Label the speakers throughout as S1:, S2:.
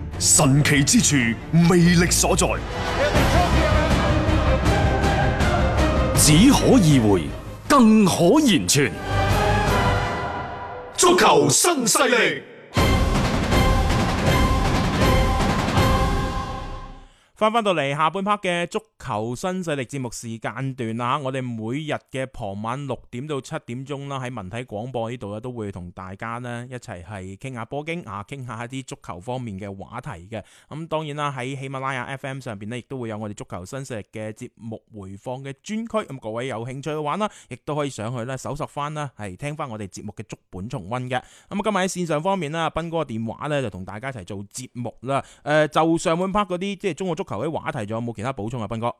S1: 神奇之處，魅力所在，
S2: 只可意會，更可言傳。
S3: 足球新勢力。
S4: 翻翻到嚟下半 part 嘅足球新勢力節目時間段啦，我哋每日嘅傍晚六點到七點鐘啦，喺文體廣播呢度咧都會同大家呢一齊係傾下波經啊，傾下一啲足球方面嘅話題嘅。咁、當然啦，喺喜馬拉雅 FM 上邊呢，亦都會有我哋足球新勢力嘅節目回放嘅專區。咁各位有興趣嘅話啦，亦都可以上去咧搜索翻啦，係聽翻我哋節目嘅足本重溫嘅。咁啊，今日喺線上方面啦，斌哥嘅電話咧就同大家一齊做節目啦。誒、就上半 part 嗰啲即係中國足球嘅話題，仲有冇其他補充啊？斌哥
S5: 誒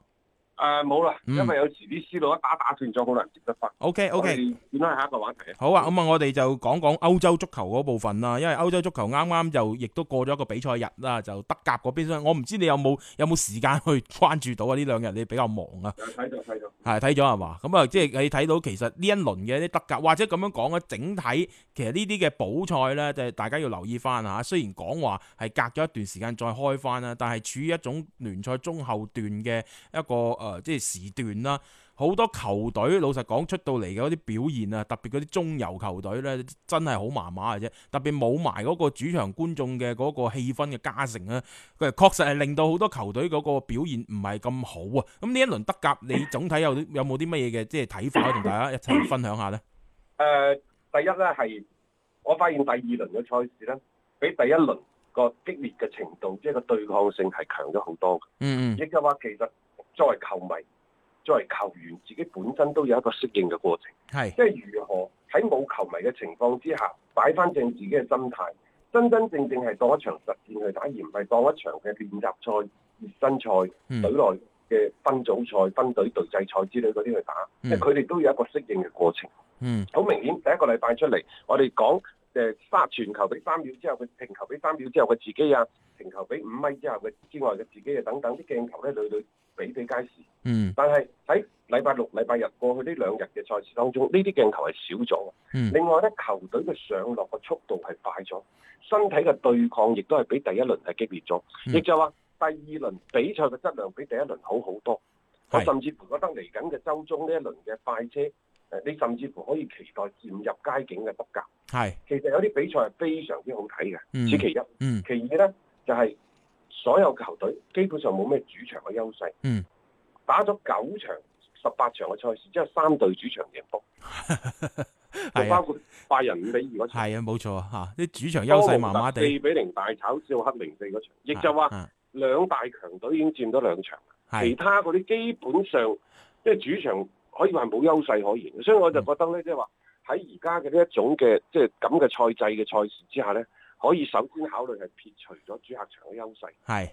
S5: 啊冇啦，
S4: 嗯
S5: 因為有時啲思路一打打斷咗，好難接得翻。
S4: ，OK
S5: 我
S4: OK，
S5: 哋轉開下一個話題啊。
S4: 好啊。咁啊，我哋就講講歐洲足球嗰部分啦，因為歐洲足球啱啱就亦都過咗一個比賽日啦，就德甲嗰邊，所以我唔知你有冇有冇時間去關注到啊？呢兩日你比較忙啊。
S5: 有睇到睇到，
S4: 係睇咗係嘛？咁啊，即係你睇到其實呢一輪嘅啲德甲，或者咁樣講啊，整體其實呢啲嘅補賽呢，就係大家要留意翻嚇。雖然講話係隔咗一段時間再開翻啦，但係處於一種聯賽中後段嘅一個誒、呃即係時段啦。好多球隊老實講出到嚟嘅嗰啲表現啊，特別嗰啲中游球隊呢，真係好麻麻嘅啫。特別冇埋嗰個主場觀眾嘅嗰個氣氛嘅加成啊咧，佢確實係令到好多球隊嗰個表現唔係咁好啊。咁呢一輪德甲，你總體有有冇啲乜嘢嘅即係睇法可以啊同大家一齊分享下呢？
S5: 誒第一咧係，我發現第二輪嘅賽事咧，比第一輪個激烈嘅程度，即係個對抗性係強咗好多嘅。
S4: 嗯嗯，
S5: 亦就話其實作為球迷、作為球員，自己本身都有一個適應嘅過程。
S4: 係
S5: 即係如何喺冇球迷嘅情況之下，擺翻正自己嘅心態，真真正正係當一場實戰去打，而唔係當一場嘅練習賽、熱身賽、
S4: 嗯
S5: 隊內嘅分組賽、分隊對制賽之類嗰啲去打。
S4: 嗯
S5: 即係佢哋都有一個適應嘅過程。
S4: 嗯
S5: 好明顯，第一個禮拜出嚟，我哋講誒三傳球俾三秒之後，佢停球俾三秒之後嘅自己啊，停球俾五米之後嘅之外嘅自己啊，等等啲鏡頭咧，屢屢比比皆是。
S4: 嗯
S5: 但係喺禮拜六、禮拜日過去呢兩日嘅賽事當中，呢啲鏡頭係少咗嘅。
S4: 嗯
S5: 另外咧，球隊嘅上落嘅速度係快咗，身體嘅對抗亦都係比第一輪係激烈咗，
S4: 嗯
S5: 亦、就話第二輪比賽嘅質量比第一輪好好多。我
S4: 係
S5: 甚至乎覺得嚟緊嘅週中呢一輪嘅快車，誒你甚至乎可以期待漸入佳境嘅德甲。
S4: 係
S5: 其實有啲比賽係非常之好睇嘅，
S4: 嗯
S5: 此其一。
S4: 嗯
S5: 其二咧就係、所有球隊基本上冇咩主場嘅優勢。
S4: 嗯，
S5: 打咗九場、十八場嘅賽事，只有三隊主場贏波，就
S4: 係
S5: 包
S4: 啊
S5: 括拜仁五比二嗰場，
S4: 係啊冇錯啊嚇，啲主場優勢麻麻
S5: 哦多蒙特
S4: 地，
S5: 四比零大炒少克零四嗰場，亦就話
S4: 啊
S5: 兩大強隊已經佔咗兩場，其
S4: 係
S5: 他嗰啲基本上即係主場可以話冇優勢可言，所以我
S4: 嗯
S5: 就覺得咧，即係話喺而家嘅呢一種嘅即係咁嘅賽制嘅賽事之下咧，可以首先考慮係撇除咗主客場嘅優勢，
S4: 係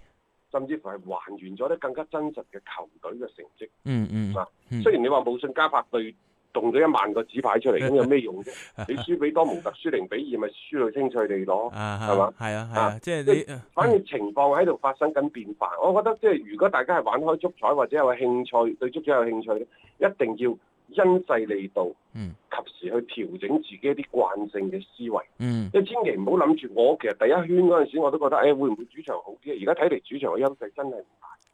S5: 甚至乎係還原咗咧更加真實嘅球隊嘅成績。
S4: 嗯嗯嗯
S5: 啊雖然你話冇信加法對動咗一萬個紙牌出嚟，咁有咩 用啫？你輸俾多蒙特輸零比二，咪輸到清脆利咯。
S4: 啊
S5: 係嘛
S4: 係啊係啊
S5: 啊，
S4: 即係
S5: 即係
S4: 你
S5: 反正情況喺度發生緊變化，我覺得即係如果大家係玩開足彩或者有興趣對足彩有興趣咧，一定要因勢利導，
S4: 嗯
S5: 及時去調整自己一啲慣性嘅思維。
S4: 嗯
S5: 即係千祈唔好諗住我其實第一圈嗰陣時我都覺得，誒、會唔會主場好啲？而家睇嚟主場嘅優勢真係唔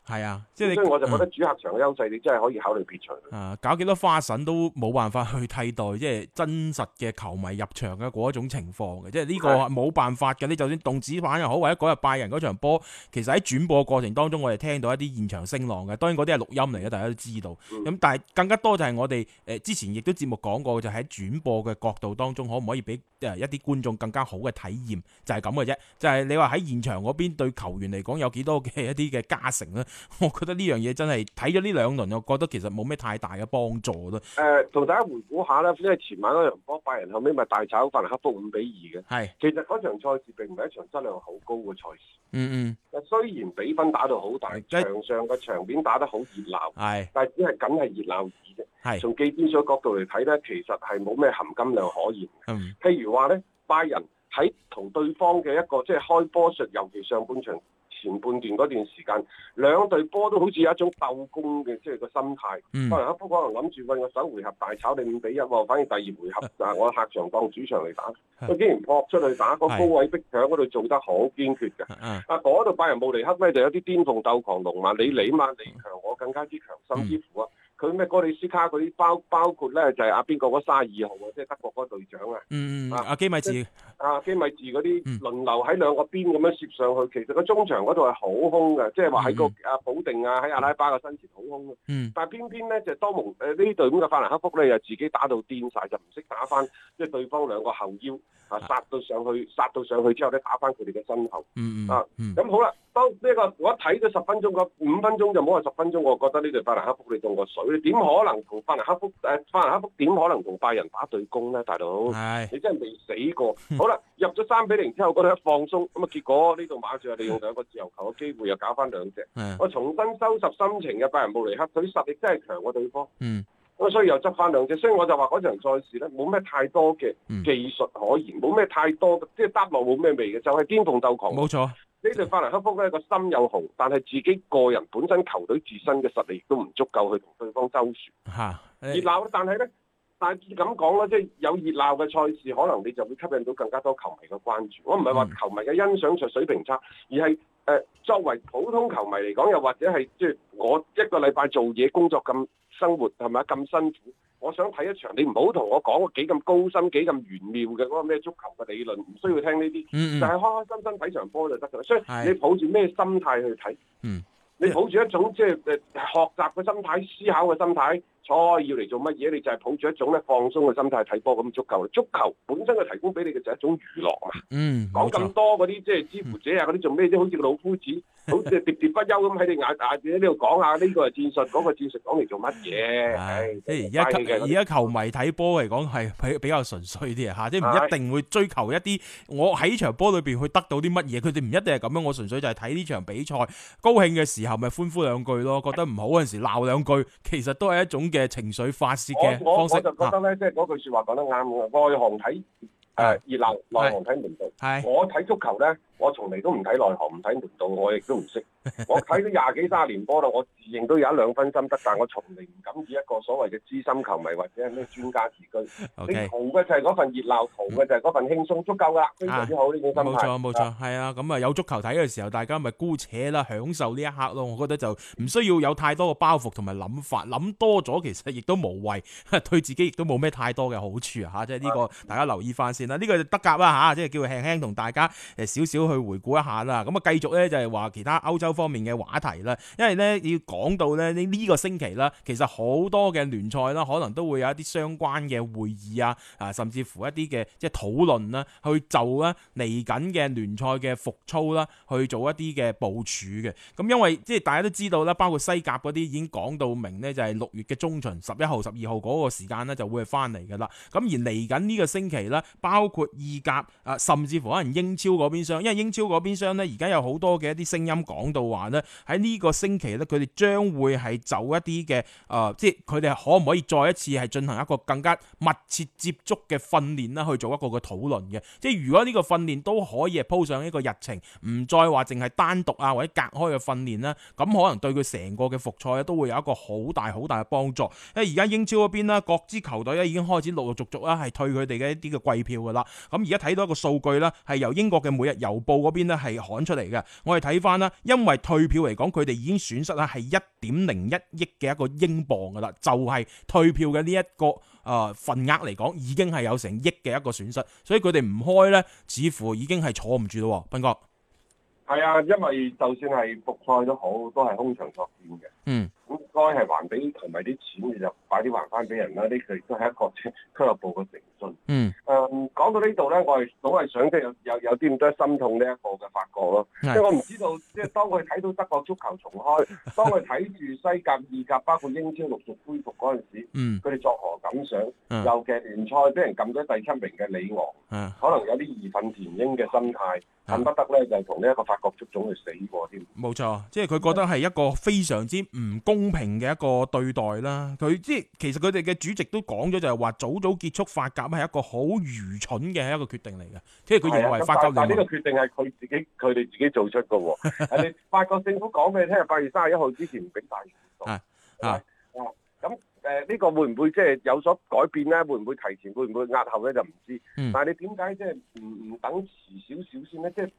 S4: 係啊，即係
S5: 大，
S4: 你
S5: 所以我就覺
S4: 嗯
S5: 得主客場嘅優勢你真係可以考慮撇除。
S4: 啊，搞幾多花神都冇辦法去替代，即係真實嘅球迷入場嘅嗰一種情況嘅，即係呢個係冇辦法嘅。你就算動子版又好，或者嗰日拜仁嗰場波，其實喺轉播過程當中，我哋聽到一啲現場聲浪嘅，當然嗰啲係錄音嚟嘅，大家都知道。咁、但係更加多就係我哋誒、呃之前亦都節目講過，就喺轉播嘅角度當中，可唔可以俾誒一啲觀眾更加好嘅體驗？就係咁嘅啫。就係、你話喺現場嗰邊對球員嚟講有幾多嘅一啲嘅加成呢？我覺得呢樣嘢真係睇咗呢兩輪，我覺得其實冇咩太大嘅幫助咯。
S5: 誒，同、大家回顧下啦，因為前晚嗰場波，拜仁後尾咪大炒法蘭克福五比二嘅。
S4: 係，
S5: 其實嗰場賽事並唔係一場質量好高嘅賽事，
S4: 嗯
S5: 雖然比分打到好大，
S4: 但
S5: 場上嘅場面打得好熱鬧，
S4: 係
S5: 但係只係梗係熱鬧而啫。
S4: 係，
S5: 從技戰術角度嚟睇呢，其實係冇咩含金量可言。
S4: 嗯
S5: 譬如話呢，拜仁喺同對方嘅一個即係開波術，尤其上半場前半段嗰段時間，兩隊波都好似有一種鬥攻嘅即係個心態。
S4: 嗯
S5: 可能黑夫可能諗住喂我首回合大炒你五比一喎，反而第二回合就係我客場當主場嚟打，佢竟然撲出去打個
S4: 係
S5: 高位逼搶嗰度做得好堅決嘅。
S4: 啊
S5: 啊，嗰度拜仁慕尼黑咧就有啲顛鳳鬥狂龍嘛，你你嘛你強我更加之強，甚至乎啊，佢咩哥里斯卡嗰啲包包括咧就係阿邊個嗰卅二號啊，即係德國嗰個隊長啊，
S4: 嗯嗯，阿基米治
S5: 啊基米治嗰
S4: 嗯
S5: 啲輪流喺兩個邊咁樣攝上去，其實個中場嗰度係好空嘅，即係話喺
S4: 嗯
S5: 個啊保定啊喺阿拉巴嘅身前好空嘅，
S4: 嗯
S5: 但係偏偏咧就當蒙誒呢隊咁嘅法蘭克福咧又自己打到癲晒，就唔識打翻即係對方兩個後腰啊殺到上去殺到上去之後咧打翻佢哋嘅身後。
S4: 嗯
S5: 啊
S4: 嗯
S5: 咁好啦，當呢、個我一睇咗十分鐘，嗰五分鐘就冇話十分鐘，我覺得呢隊法蘭克福你中個水，你點可能同法蘭克福誒、法蘭克福點可能同拜仁打對攻咧，大佬
S4: 嗯，？係
S5: 你真係未死過。好啦，入咗三比零之後，嗰度一放鬆，咁啊結果呢度馬上利用兩個自由球嘅機會又搞翻兩隻。
S4: 嗯
S5: 我重新收拾心情嘅拜仁慕尼黑，佢實力真係強過對方，
S4: 嗯
S5: 咁啊所以又執翻兩隻。所以我就話嗰場賽事咧冇咩太多嘅
S4: 嗯
S5: 技術可言，冇咩太多嘅即係搭落冇咩味嘅，就係、顛鳳鬥狂。
S4: 冇錯。
S5: 呢隊法蘭克福咧個心有紅，但係自己個人本身球隊自身嘅實力亦都唔足夠去同對方周旋。
S4: 吓，
S5: 熱
S4: 誒
S5: 鬧，但係咧，但係咁講啦，即係有熱鬧嘅賽事，可能你就會吸引到更加多球迷嘅關注。我唔係話球迷嘅欣賞上水平差，而係誒、呃作為普通球迷嚟講，又或者係即係我一個禮拜做嘢工作咁生活係咪啊咁辛苦？我想睇一場，你唔好同我講幾咁高深、幾咁玄妙嘅嗰個咩足球嘅理論，唔需要聽呢啲。
S4: 嗯
S5: 就
S4: 嗯
S5: 係開開心心睇場波就得㗎啦。所
S4: 係
S5: 以你抱住咩心態去睇？
S4: 嗯，
S5: 你抱住一種即係誒學習嘅心態、思考嘅心態，錯要嚟做乜嘢？你就係抱住一種咧放鬆嘅心態睇波咁足夠啦。足球本身佢提供俾你嘅就係一種娛樂嘛。
S4: 嗯，
S5: 講
S4: 冇
S5: 咁
S4: 錯，
S5: 多嗰啲即係支付者啊嗰啲做咩啫？好似個老夫子， 好似喋喋不休咁喺你眼眼睛呢度講下呢個係戰術，嗰個戰術講嚟做乜嘢？唉
S4: 係即係而家
S5: 真係嘥氣嘅
S4: 球而家球迷睇波嚟講係比比較純粹啲啊吓，即係唔一定會追求一啲我喺場波裏邊去得到啲乜嘢，佢哋唔一定係咁樣，我純粹就係睇呢場比賽，高興嘅時候咪歡呼兩句咯，覺得唔好嗰陣時鬧兩句，其實都係一種嘅情緒發泄嘅
S5: 我我
S4: 方
S5: 我就覺
S4: 式啊
S5: 得咧，即係嗰句説話講得啱嘅，外行睇誒熱鬧，內行睇門道。
S4: 啊，係
S5: 我睇足球咧，我從嚟都唔睇內行，唔睇門道，我亦都唔 識。我睇咗廿幾卅年波啦，我自認都有一兩分心得，但我從嚟唔敢以一個所謂嘅資深球迷或者係咩專家自居。你
S4: OK。
S5: 圖嘅就係嗰份熱鬧，圖嘅就係嗰份輕鬆，足夠㗎啦，非常之好呢種心
S4: 啊冇
S5: 態。
S4: 錯冇錯，係啊，咁啊有足球睇嘅時候，大家咪姑且啦，享受呢一刻咯。我覺得就唔需要有太多嘅包袱同埋諗法，諗多咗其實亦都無謂， 對自己亦都冇咩太多嘅好處啊！嚇，即係呢個大家留意翻先啦。呢、個就德甲啦嚇，即係叫輕輕同大家誒少少去回顧一下啦。咁啊，繼續咧就係話其他歐洲方面嘅話題啦，因為咧要講到咧呢呢個星期啦，其實好多嘅聯賽啦，可能都會有一啲相關嘅會議啊，啊甚至乎一啲嘅即係討論啦，去就啦嚟緊嘅聯賽嘅復操啦，去做一啲嘅部署嘅。咁因為即係大家都知道啦，包括西甲嗰啲已經講到明呢，就係六月嘅中旬十一號、十二號嗰個時間呢就會係翻嚟㗎啦。咁而嚟緊呢個星期啦，包括意甲啊，甚至乎可能英超嗰邊商，因為英超嗰邊商呢，而家有好多嘅一啲聲音講到話呢，喺呢個星期呢，佢哋將會係就一啲嘅誒，即係佢哋可唔可以再一次係進行一個更加密切接觸嘅訓練啦，去做一個嘅討論嘅。即係如果呢個訓練都可以係鋪上一個日程，唔再話淨係單獨啊或者隔開嘅訓練啦，咁可能對佢成個嘅復賽咧都會有一個好大好大嘅幫助。因為而家英超嗰邊啦，各支球隊咧已經開始陸陸續續啦係退佢哋嘅一啲嘅季票噶啦。咁而家睇到一個數據啦，係由英國嘅每日郵報嗰邊咧係刊出嚟嘅。我哋睇翻啦，因為退票嚟講，佢哋已經損失啦係一點零一億嘅一個英鎊噶啦，就係、退票嘅呢一個誒、呃份額嚟講，已經係有成億嘅一個損失，所以佢哋唔開呢，似乎已經係坐唔住咯喎，斌哥。
S5: 係啊，因為就算係復賽都好，都係空場作戰嘅。
S4: 嗯
S5: 咁該係還俾球迷啲錢，你就快啲還翻俾人啦。呢個亦都係一個即係俱樂部嘅誠信。
S4: 嗯，
S5: 誒、講到呢度咧，我係總係想即係有有有啲咁多心痛呢一個嘅法國咯，即
S4: 係
S5: 係我唔知道，即係當佢睇到德國足球 重開，當佢睇住西甲、意甲，包括英超陸續恢復嗰陣時，
S4: 嗯，
S5: 佢哋作何感想？
S4: 嗯
S5: 尤其係聯賽俾人撳咗第七名嘅里昂，
S4: 啊，
S5: 可能有啲義憤填膺嘅心態，
S4: 啊
S5: 恨不得咧就同呢一個法國足總去死過添。
S4: 冇錯，即係佢覺得係一個非常之唔公平嘅一個對待啦。佢即係其實佢哋嘅主席都講咗，就係話早早結束法甲係一個好愚蠢嘅一個決定嚟嘅，即係佢
S5: 係
S4: 認
S5: 啊
S4: 為
S5: 咁
S4: 法甲
S5: 但但呢
S4: 聯
S5: 個
S4: 盟
S5: 決定係佢自己佢哋自己做出嘅 喎。係你法國政府講俾你聽，八月三十一號之前唔俾大元素。
S4: 係
S5: 係咪啊咁誒呢個會唔會即係有所改變咧？會唔會提前？會唔會押後咧？就唔知。
S4: 嗯
S5: 但係你點解即係唔唔等遲少少先咧？即係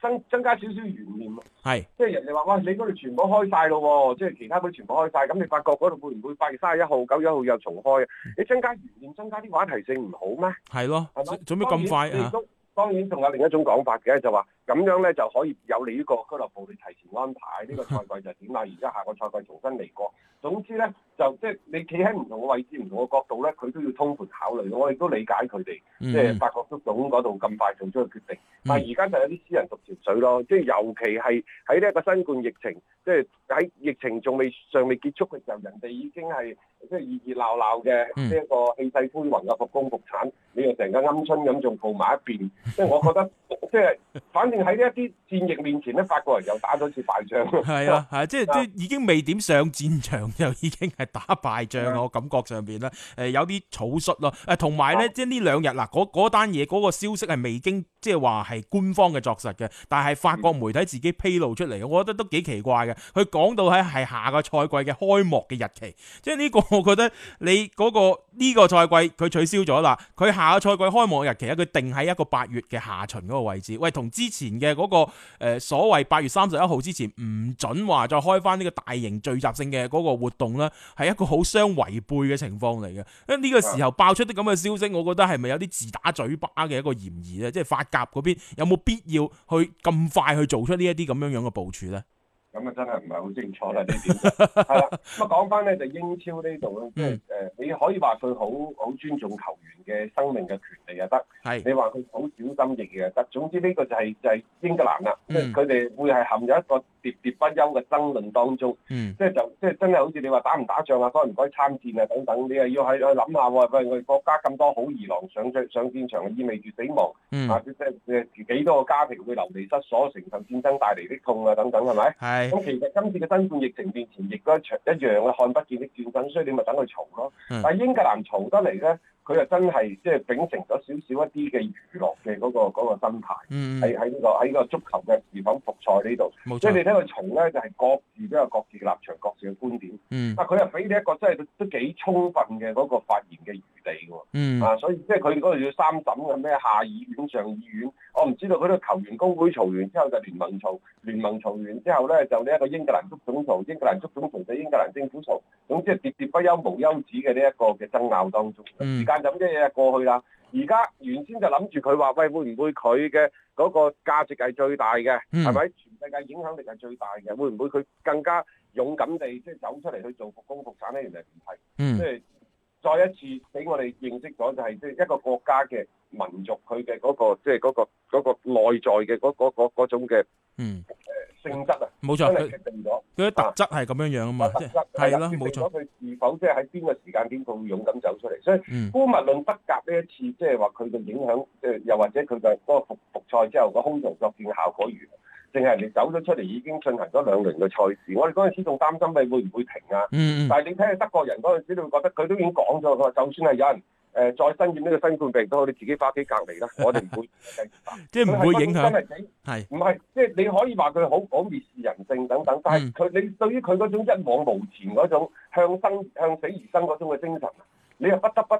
S5: 增增加少少懸念啊！
S4: 係
S5: 即係人哋話：喂，你嗰度全部開晒咯喎，即係其他嗰啲全部開晒。咁你法國嗰度會唔會八月三十一號、九月一號又重開啊？
S4: 嗯
S5: 你增加懸念，增加啲話題性唔好咩？
S4: 係咯，
S5: 係咪
S4: 做做咩咁快
S5: 當然
S4: 啊？
S5: 都當然仲有另一種講法嘅，就話咁樣咧就可以有利於個俱樂部你提前安排 呢、個賽季就點啦，而家下個賽季重新嚟過。總之咧就即係你企喺唔同嘅位置、唔同嘅角度咧，佢都要通盤考慮。我亦都理解佢哋，即係
S4: 嗯，
S5: 法國足總嗰度咁快做出個決定。但係而家就有啲私人獨潮水咯，即係尤其係喺呢一個新冠疫情，即係喺疫情仲未尚未結束嘅時候，人哋已經係即係熱熱鬧鬧嘅
S4: 嗯
S5: 呢一個氣勢恢宏嘅復工復產，你又成個鵪鶉咁仲告埋 一邊，即係我覺得即係反正喺呢一啲戰役面前咧，法國人又打咗次敗仗。
S4: 係啊，係啊即係即係已經未點上戰場就已經係打敗仗啊！我感覺上邊咧，誒有啲草率咯，誒同埋咧，即係呢兩日嗱，嗰嗰單嘢嗰個消息係未經即係話係官方嘅作實嘅，但係法國媒體自己披露出嚟嘅，我覺得都幾奇怪嘅。佢講到喺係下個賽季嘅開幕嘅日期，即係呢個我 覺得你嗰、個呢、個賽季佢取消咗啦，佢下個賽季開幕嘅日期咧，佢定喺一個八月嘅下旬嗰個位置，喂，同之前嘅嗰、個。誒、所謂八月三十一號之前唔準話再開翻呢個大型聚集性嘅嗰個活動啦，係一個好相違背嘅情況嚟嘅。因為呢個時候爆出啲咁嘅消息，我覺得係咪有啲自打嘴巴嘅一個嫌疑咧？即係法甲嗰邊有冇必要去咁快去做出呢一啲咁樣樣嘅部署呢？
S5: 咁啊，真係唔係好清楚 啦呢點。係啦，咁啊講翻咧就英超呢度
S4: 嗯
S5: 咧，即係誒，呃你可以話佢好好尊重球員嘅生命嘅權利又啊得，
S4: 係
S5: 你話佢好小心翼翼又得。總之呢個就係、就係、英格蘭啦，即
S4: 嗯
S5: 係佢哋會係陷入一個喋喋不休嘅爭論當中。
S4: 嗯
S5: 即係就即係真係好似你話打唔打仗啊，該唔該參戰啊等等，你又要喺度諗下喎，喂，我哋國家咁多好兒郎上上上戰場，意味住死亡、
S4: 嗯，
S5: 啊！即即係幾多個家庭會流離失所，承受戰爭帶嚟的痛啊等等，係咪？
S4: 係
S5: 咁其實今次嘅新冠疫情面前，亦都一場一樣嘅看不見的戰爭，所以你咪等佢嘈咯。
S4: 嗯
S5: 但係英格蘭嘈得嚟咧，佢又真係即係秉承咗少少一啲嘅娛樂嘅嗰、個嗰個心態，
S4: 嗯，
S5: 喺喺呢個喺呢個足球嘅是否復賽呢度，
S4: 冇
S5: 即係你
S4: 錯，
S5: 睇佢嘈咧，就係、各自都有各自嘅立場、各自嘅觀點。啊
S4: 嗯
S5: 但係佢又俾你一個真係都幾充分嘅嗰個發言嘅餘地嘅喎。
S4: 嗯
S5: 啊，所以即係佢嗰度要三審嘅咩下議院、上議院，我唔知道佢度球員工會嘈完之後就聯盟嘈，聯盟嘈完之後咧就呢一個英格蘭足總嘈，英格蘭足總嘈就英格蘭政府嘈，總之係喋喋不休、無休止嘅呢一個嘅爭拗當中，
S4: 嗯
S5: 時間就咁一日過去啦。而家原先就諗住佢話喂，會唔會佢嘅嗰個價值係最大嘅，
S4: 嗯
S5: 係咪、全世界影響力係最大嘅？會唔會佢更加勇敢地即係走出嚟去做復工復產咧？原來唔係。即
S4: 嗯
S5: 係再一次俾我哋認識咗，就係即係一個國家嘅民族佢嘅嗰個即係嗰個嗰個內在嘅嗰嗰嗰嗰種嘅
S4: 嗯，
S5: 性質啊，
S4: 冇
S5: 真
S4: 錯，
S5: 係
S4: 嗯佢
S5: 決定咗
S4: 佢啲特質係咁樣樣啊嘛，
S5: 個
S4: 即
S5: 特
S4: 係
S5: 質，
S4: 係啦，
S5: 決定
S4: 冇錯
S5: 咗，佢是否即係喺邊個時間點佢會勇敢走出嚟，所以。
S4: 嗯
S5: 姑勿論德甲呢一次，即係話佢嘅影響，即係又或者佢嘅嗰個復復賽之後個空場作戰嘅效果如何，淨係你走咗出嚟已經進行咗兩輪嘅賽事，我哋嗰陣時仲擔心你會唔會停啊？
S4: 嗯嗯
S5: 但係你睇下德國人嗰陣時，你會覺得佢都已經講咗，佢話就算係有人誒、呃再身染呢個新冠病都好，你自己翻屋企隔 離啦，我哋唔會繼續打。
S4: 即係唔會影響，
S5: 佢係真係幾
S4: 係
S5: 唔係即係你可以話佢好好蔑視人性等等，但
S4: 嗯
S5: 係佢你對於佢嗰種一往無前嗰種向生向死而生嗰種嘅精神，啊你又不得不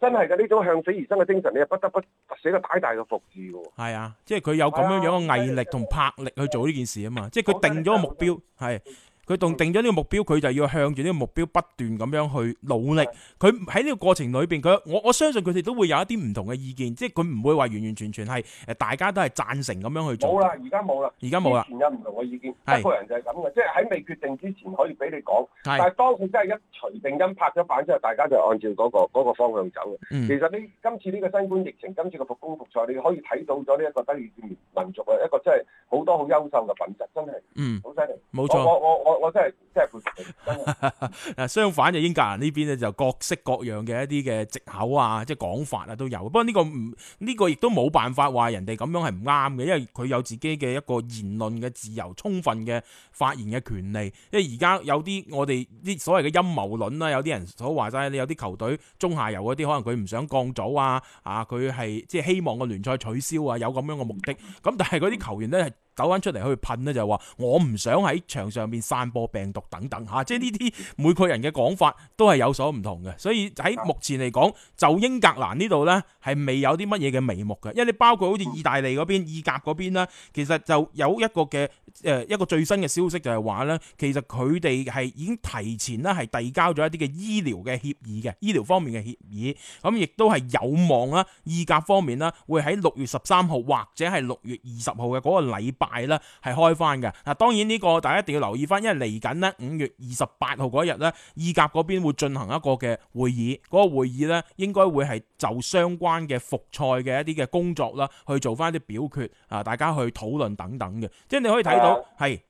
S5: 真係嘅呢種向死而生嘅精神，你又不得不寫個太大嘅服字嘅喎。
S4: 係啊，即係佢有咁樣樣嘅毅力同魄力去做呢件事啊嘛，即係佢定咗個目標，係佢定定咗呢個目標，佢就要向住呢個目標不斷咁樣去努力。佢喺呢個過程裏邊，佢我我相信佢哋都會有一啲唔同嘅意見，即係佢唔會話完完全全係誒大家都係贊成咁樣去
S5: 冇
S4: 做。
S5: 啦，而家冇啦，
S4: 而家冇啦
S5: 以前有唔同嘅意見，
S4: 係
S5: 德國人就係咁嘅，即係喺未決定之前可以俾你講，但
S4: 係
S5: 係當佢真係一錘定音拍咗板之後，大家就按照嗰、個嗰個方向走嘅。
S4: 嗯
S5: 其實呢今次呢個新冠疫情，今次嘅復工復賽，你可以睇到咗呢一個德語民族啊嘅一個真係好多好優秀嘅品質，真係
S4: 嗯，
S5: 好犀利。
S4: 冇
S5: 我
S4: 錯。
S5: 我我我我真係真係佩服你，真係。
S4: 誒啊相反就英格蘭呢邊咧就各式各樣嘅一啲嘅藉口啊，即係講法啊都有。不過呢個唔呢、個亦都冇辦法話人哋咁樣係唔啱嘅，因為佢有自己嘅一個言論嘅自由，充分嘅發言嘅權利。因為而家有啲我哋啲所謂嘅陰謀論啊啦，有啲人所話齋，你有啲球隊中下游嗰啲，可能佢唔想降組啊，啊佢係即係希望個聯賽取消啊，有咁樣嘅目的。咁但係嗰啲球員咧係走翻出嚟去噴咧，就話我唔想喺場上面散播病毒等等嚇、即係呢啲每個人嘅講法都係有所唔同嘅，所以喺目前嚟講，就英格蘭呢度呢，係未有啲乜嘢嘅眉目嘅，因為你包括好似意大利嗰邊、意甲嗰邊啦，其實就有一個嘅誒、呃一個最新嘅消息就係話呢，其實佢哋係已經提前呢係遞交咗一啲嘅醫療嘅協議嘅，醫療方面嘅協議，咁亦都係有望啦，意甲方面啦，會喺六月十三號或者係六月二十號嘅嗰個禮拜啦，係開翻嘅。嗱，當然呢個大家一定要留意翻，因為嚟緊呢五月二十八號嗰一日呢，意甲嗰邊會進行一個嘅會議，嗰、個會議呢應該會係就相關嘅復賽嘅一啲嘅工作啦，去做翻一啲表決啊，大家去討論等等嘅。即係你可以睇到
S5: 啊，
S4: 係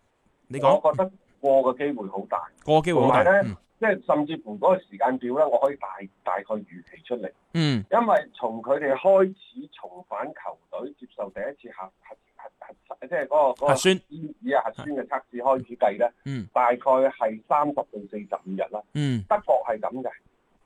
S4: 你講
S5: 我覺得過嘅機會好啊大，
S4: 個機會
S5: 同
S4: 好大
S5: 埋，咧，
S4: 嗯
S5: 即係甚至乎嗰個時間表咧，我可以大大概預期出嚟。
S4: 嗯
S5: 因為從佢哋開始重返球隊接受第一次核核核核即係嗰個嗰個
S4: 核酸
S5: 煙子啊核酸嘅測試開始計咧，
S4: 嗯
S5: 大概係三十到四十五日啦。
S4: 嗯
S5: 德國係咁嘅，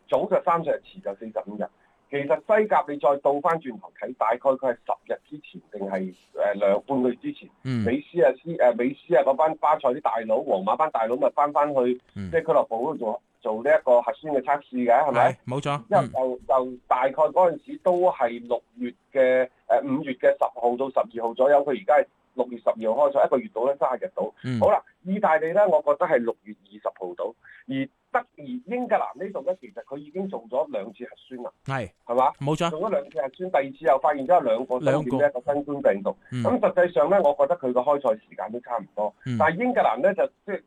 S5: 早就三十日，遲就四十五日。其實西甲你再倒翻轉頭睇，大概佢係十日之前定係誒兩半個月之前，
S4: 嗯
S5: 美斯啊、斯誒美斯啊嗰班巴塞啲大佬、皇馬班大佬咪翻翻去
S4: 嗯
S5: 即係俱樂部嗰度做做呢一個核酸嘅測試嘅，係咪？
S4: 係冇錯，
S5: 因為
S4: 嗯
S5: 就就大概嗰陣時都係六月嘅誒五月嘅十號到十二號左右，佢而家係六月十二號開咗一個月到咧，三十日到。
S4: 嗯
S5: 好啦，意大利咧，我覺得係六月二十號到，而德而英格蘭呢度咧，其實佢已經做咗兩次核酸啦，
S4: 係
S5: 係嘛？
S4: 冇錯，
S5: 做咗兩次核酸，第二次又發現咗有兩個
S4: 兩
S5: 新
S4: 個
S5: 冠呢一個新冠病毒。
S4: 嗯
S5: 咁實際上咧，我覺得佢個開賽時間都差唔多，
S4: 嗯
S5: 但係英格蘭咧就即係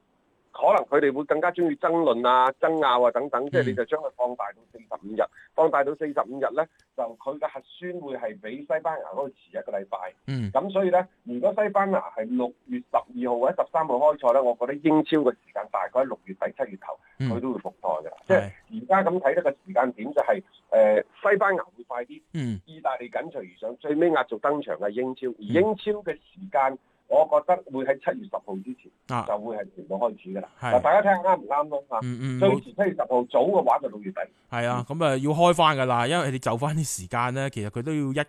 S5: 可能佢哋會更加中意爭論啊、爭拗啊等等，即係
S4: 嗯
S5: 你就將佢放大到四十五日，放大到四十五日咧，就佢嘅核酸會係比西班牙嗰度遲一個禮拜。
S4: 嗯
S5: 咁所以咧，如果西班牙係六月十二號或者十三號開賽咧，我覺得英超嘅時間大概喺六月底七月頭，
S4: 嗯
S5: 佢都會復賽㗎啦。即係而家咁睇得個時間點就係、誒西班牙會快啲。
S4: 嗯
S5: 意大利緊隨而上，最尾壓軸登場嘅英超，而英超嘅時間，我覺得會喺七月十號之前
S4: 啊
S5: 就會係全部開始㗎啦。
S4: 係
S5: 嗱，大家聽下啱唔啱咯嚇？
S4: 嗯嗯
S5: 最
S4: 冇
S5: 遲七月十號，早嘅話就六月底。
S4: 係啊，咁啊要開翻噶啦，因為你就翻啲時間咧，其實佢都要一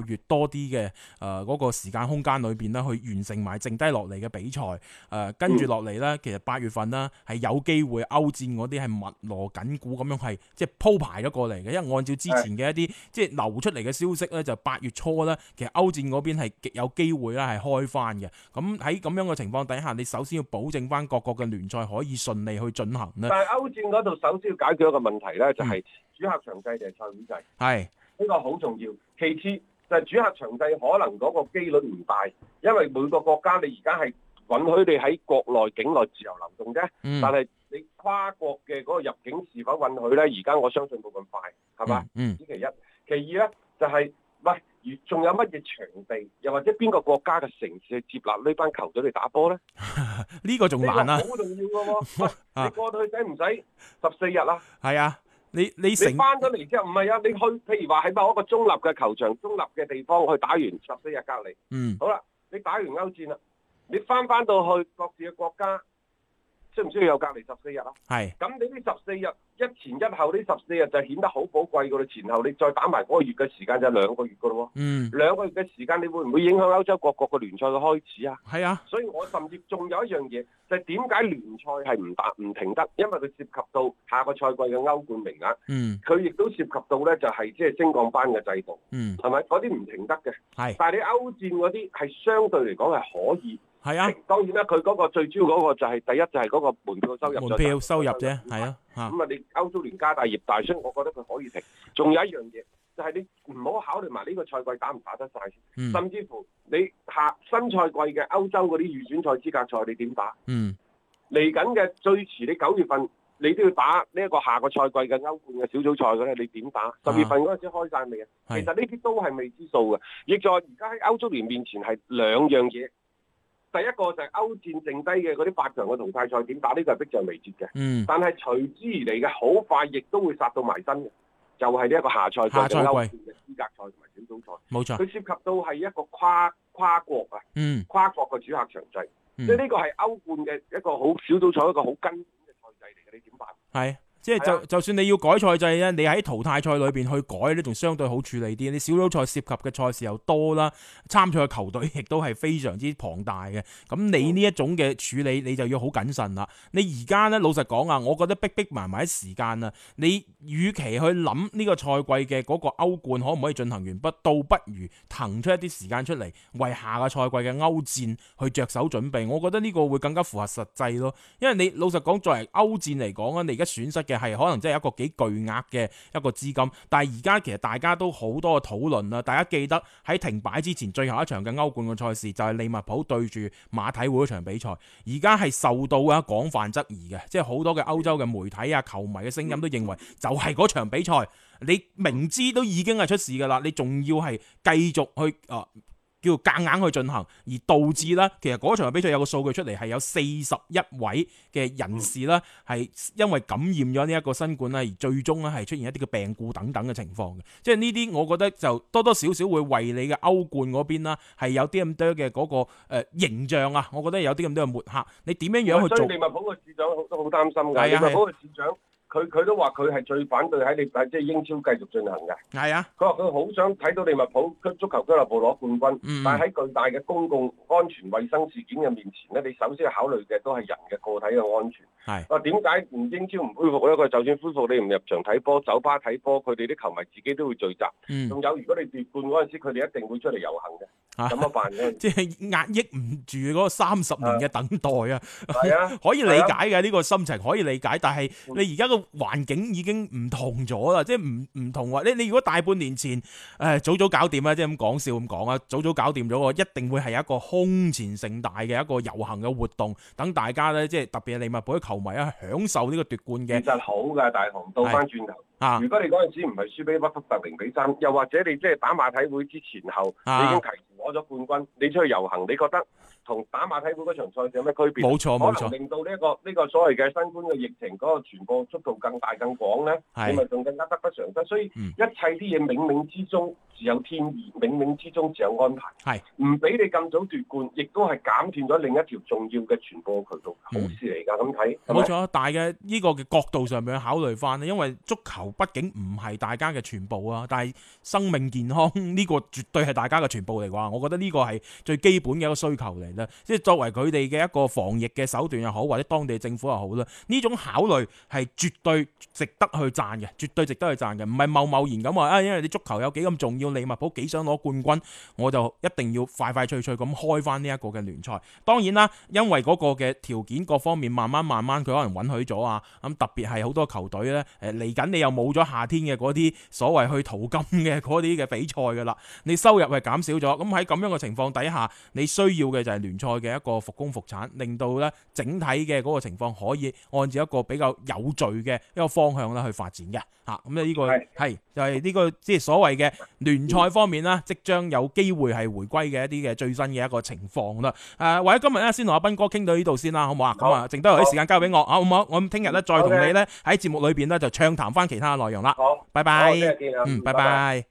S4: 個月多啲嘅誒嗰個時間空間裏邊咧，去完成埋剩低落嚟嘅比賽。誒、跟住落嚟咧，其實八月份啦係有機會歐戰嗰啲係密鑼緊鼓咁樣係即係鋪排咗過嚟嘅，因為按照之前嘅一啲即係流出嚟嘅消息咧，就八月初咧，其實歐戰嗰邊係極有機會啦係開翻嘅。咁喺咁樣嘅情況底下，你首先要保證翻各國嘅聯賽可以順利去進行咧，
S5: 但係歐戰嗰度首先要解決一個問題咧，就
S4: 嗯
S5: 係主客場制定係賽會制，
S4: 係。
S5: 呢個好重要。其次就係主客場制可能嗰個機率唔大，因為每個國家你而家係允許你喺國內境內自由流動啫。
S4: 嗯
S5: 但係你跨國嘅嗰個入境是否允許咧？而家我相信冇咁快，係嘛？
S4: 嗯？
S5: 此其一，其二咧就係、喂，如仲有乜嘢場地，又或者邊個國家嘅城市去接納呢班球隊嚟打波咧？
S4: 嗯，呢、個仲
S5: 呢個
S4: 難啊！
S5: 好重要 嘅喎、喂，
S4: 啊
S5: 你過到去使唔使十四日啊？
S4: 系啊，你你成
S5: 你翻咗嚟之後唔係啊，你去譬如話喺某一個中立嘅球場、中立嘅地方去打完十四日隔離，
S4: 嗯
S5: 好啦，你打完歐戰啦，你翻翻到去各自嘅國家，需唔需要有隔離十四日啊？
S4: 系
S5: 咁你呢十四日一前一後呢十四日就顯得好寶貴噶啦，前後你再打埋嗰個月嘅時間就兩個月噶咯
S4: 嗯，
S5: 喎，兩個月嘅時間你會唔會影響歐洲各國嘅聯賽嘅開始啊？
S4: 係啊，
S5: 所以我甚至仲有一樣嘢，就係點解聯賽係唔打唔停得，因為佢涉及到下個賽季嘅歐冠名額，
S4: 嗯
S5: 佢亦都涉及到呢就係即係升降班嘅制度，
S4: 嗯，
S5: 係咪？嗰啲唔停得嘅，
S4: 係
S5: 但係你歐戰嗰啲係相對嚟講係可以。
S4: 係啊，
S5: 當然啦，佢嗰個最主要嗰個就係、第一就係嗰個門票收入，
S4: 門票收入啫，係。啊，嚇，
S5: 咁啊，你歐洲聯加大業大，所以我覺得佢可以停。仲有一樣嘢就係、你唔好考慮埋呢個賽季打唔打得晒先，
S4: 嗯
S5: 甚至乎你下新賽季嘅歐洲嗰啲預選賽資格賽你點打？
S4: 嗯
S5: 嚟緊嘅最遲你九月份，你都要打呢一個下個賽季嘅歐冠嘅小組賽嘅咧，你點打？十月份嗰陣時開晒未啊？其
S4: 啊嗯係
S5: 實呢啲都係未知數嘅，亦在而家喺歐足聯面前係兩樣嘢。第一個就係歐戰剩低嘅嗰啲八強嘅淘汰賽點打，呢、個係迫在眉睫嘅。
S4: 嗯，
S5: 但係隨之而嚟嘅好快，亦都會殺到埋身嘅，就係呢一個下賽季
S4: 下賽季
S5: 嘅歐冠嘅資格賽同埋小組賽，
S4: 冇錯，
S5: 佢涉及到係一個跨跨國啊。
S4: 嗯
S5: 跨國嘅主客場制，
S4: 嗯
S5: 即係呢個係歐冠嘅一個好小組賽一個好根本嘅賽制嚟嘅，你點辦？
S4: 係。即係
S5: 係啊
S4: 就就算你要改賽制咧，你喺淘汰賽裏邊去改咧，仲相對好處理啲。你小組賽涉及嘅賽事又多啦，參賽嘅球隊亦都係非常之龐大嘅。咁
S5: 嗯
S4: 你呢一種嘅處理，你就要好謹慎啦。你而家呢，老實講啊，我覺得逼逼埋埋啲時間啊，你與其去諗呢個賽季嘅嗰個歐冠可唔可以進行完畢，倒不如騰出一啲時間出嚟，為下個賽季嘅歐戰去着手準備。我覺得呢個會更加符合實際咯。因為你老實講，作為歐戰嚟講啊，你而家損失嘅係可能真係一個幾巨額嘅一個資金，但係而家其實大家都好多嘅討論啦。大家記得喺停擺之前最後一場嘅歐冠嘅賽事就係利物浦對住馬體會嗰場比賽，而家係受到啊廣泛質疑嘅，即係好多嘅歐洲嘅媒體啊、球迷嘅聲音都認為就係嗰場比賽，你明知都已經係出事㗎啦，你仲要係繼續去啊。叫夾硬去進行，而導致啦，其實嗰場比賽有個數據出嚟係有四十一位嘅人士啦，係因為感染咗呢一個新冠啦，而最終咧係出現一啲嘅病故等等嘅情況嘅。即係呢啲，我覺得就多多少少會為你嘅歐冠嗰邊啦，係有啲咁多嘅嗰個、呃、形象啊，我覺得有啲咁多嘅抹黑。你點樣樣去
S5: 啊所
S4: 做
S5: 以利？物浦嘅市長好都好擔心
S4: 係啊
S5: 㗎，利物浦嘅市長佢佢都話佢係最反對喺利喺即係英超繼續進行嘅。
S4: 係啊，
S5: 佢話佢好想睇到利物浦佢足球俱樂部攞冠軍，
S4: 嗯
S5: 但係喺巨大嘅公共安全衞生事件嘅面前咧，你首先要考慮嘅都係人嘅個體嘅安全。
S4: 係
S5: 啊，點解唔英超唔恢復咧？佢就算恢復，你唔入場睇波、酒吧睇波，佢哋啲球迷自己都會聚集。
S4: 嗯
S5: 仲有，如果你奪冠嗰陣時，佢哋一定會出嚟遊行嘅。
S4: 啊
S5: 咁乜辦咧？
S4: 即係壓抑唔住嗰個三十年嘅等待啊！
S5: 係啊，嗯
S4: 可以理解嘅呢個心情可以理解，但係你而家個環境已經唔同咗啊啦，即係唔唔同話你你如果大半年前誒、唉早早搞掂啊啦，即係咁講笑咁講啊，早早搞掂咗，我一定會係一個空前盛大嘅一個遊行嘅活動，等大家咧即係特別係利物浦嘅球迷啊，享受呢個奪冠
S5: 其
S4: 嘅
S5: 實好㗎，大雄。倒翻轉頭，
S4: 啊
S5: 如果你嗰陣時唔係輸俾屈福特零比三，又或者你即係打馬體會之前後，
S4: 啊
S5: 你已經提前攞咗冠軍，你出去遊行，你覺得同打馬體會嗰場賽事有咩區別？
S4: 冇錯哦冇
S5: 可
S4: 錯
S5: 能令到呢、一個呢、個所謂嘅新冠嘅疫情嗰個傳播速度更大更廣咧，
S4: 係
S5: 你咪仲更加得不償失。所以
S4: 嗯
S5: 一切啲嘢冥冥之中自有天意，冥冥之中自有安排。
S4: 係
S5: 唔俾你咁早奪冠，亦都係減斷咗另一條重要嘅傳播渠道，好
S4: 嗯
S5: 事嚟㗎。咁睇係咪
S4: 冇錯，啊大嘅呢個嘅角度上面去考慮翻因為足球畢竟唔係大家嘅全部啊，但係生命健康 呢個絕對係大家嘅全部嚟啩，我覺得呢個係最基本嘅一個需求嚟啦。即係作為佢哋嘅一個防疫嘅手段又好，或者當地政府又好啦，呢種考慮係絕對值得去讚嘅，絕對值得去讚嘅，唔係貿貿然咁話啊，因為你足球有幾咁重要，利物浦幾想攞冠軍，我就一定要快快脆脆咁開翻呢一個嘅聯賽。當然啦，因為嗰個嘅條件各方面慢慢慢慢佢可能允許咗啊，咁特別係好多球隊呢，誒嚟緊你又冇咗夏天嘅嗰啲所謂去淘金嘅嗰啲嘅比賽噶啦，你收入係減少咗，咁喺咁樣嘅情況底下，你需要嘅就係聯賽嘅一個復工復產，令到呢整體嘅嗰個情況可以按照一個比較有序嘅一個方向啦去發展嘅嚇，咁呢呢個
S5: 係
S4: 係就係呢個即係所謂嘅聯賽方面啦，即將有機會係回歸嘅一啲嘅最新嘅一個情況啦。誒、或者今日咧先同阿斌哥傾到呢度先啦，好唔好啊？咁啊，剩低落啲時間交俾我，啊好唔好？我咁聽日咧再同你咧喺節目裏邊咧就暢談翻其他嘅內容啦。
S5: 好，
S4: 拜拜
S5: 好聽日見啊，
S4: 嗯，拜拜。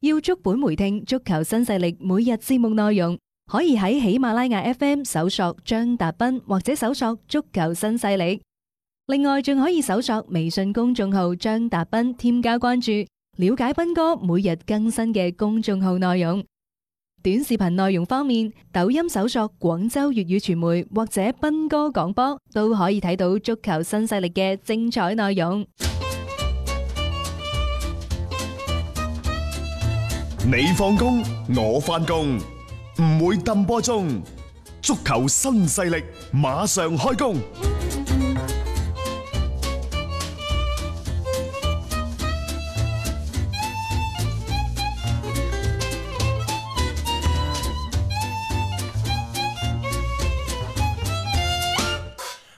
S6: 要足本回聽足球新勢力每日節目內容，可以喺喜馬拉雅 FM 搜索張達斌或者搜索足球新勢力。另外，仲可以搜索微信公众号張達斌，添加關注，了解斌哥每日更新嘅公眾號內容。短視頻內容方面，抖音搜索廣州粵語傳媒或者斌哥廣播，都可以睇到足球新勢力嘅精彩內容。
S1: 你放工，我翻工，唔會抌波鐘。足球新勢力馬上開工。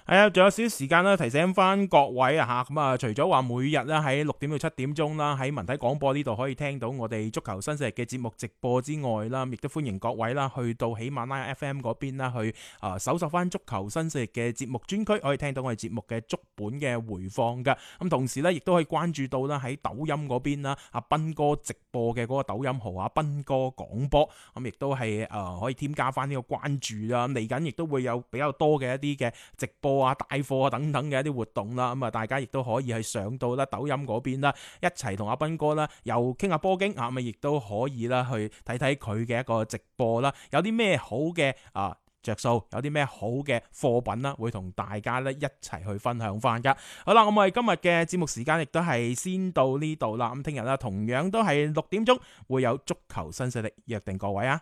S4: 係啊，仲有少少時間啦，提醒翻各位啊吓，咁啊，除咗話每日咧喺六點到七點鐘啦，喺文體廣播呢度可以聽到我哋足球新勢力嘅節目直播之外啦，亦都歡迎各位啦，去到喜馬拉雅 FM 嗰邊啦，去啊、搜索翻足球新勢力嘅節目專區，可以聽到我哋節目嘅足本嘅回放噶。咁同時咧，亦都可以關注到啦喺抖音嗰邊啦，阿斌哥直播嘅嗰個抖音號啊，斌哥廣播，咁亦都係誒可以添加翻呢個關注啦。嚟緊亦都會有比較多嘅一啲嘅直播啊、帶貨啊等等嘅一啲活動啦。咁啊，大家亦都可以係上到啦抖音嗰邊啦，一齊同阿斌哥啦又傾下波經啊，咪亦都可以啦去睇睇佢嘅一個直播啦，有啲咩好嘅啊？着數有啲咩好嘅貨品啦，會同大家咧一齊去分享翻噶。好啦，咁我哋今日嘅節目時間亦都係先到呢度啦。咁聽日啦，同樣都係六點鐘會有足球新勢力約定各位啊。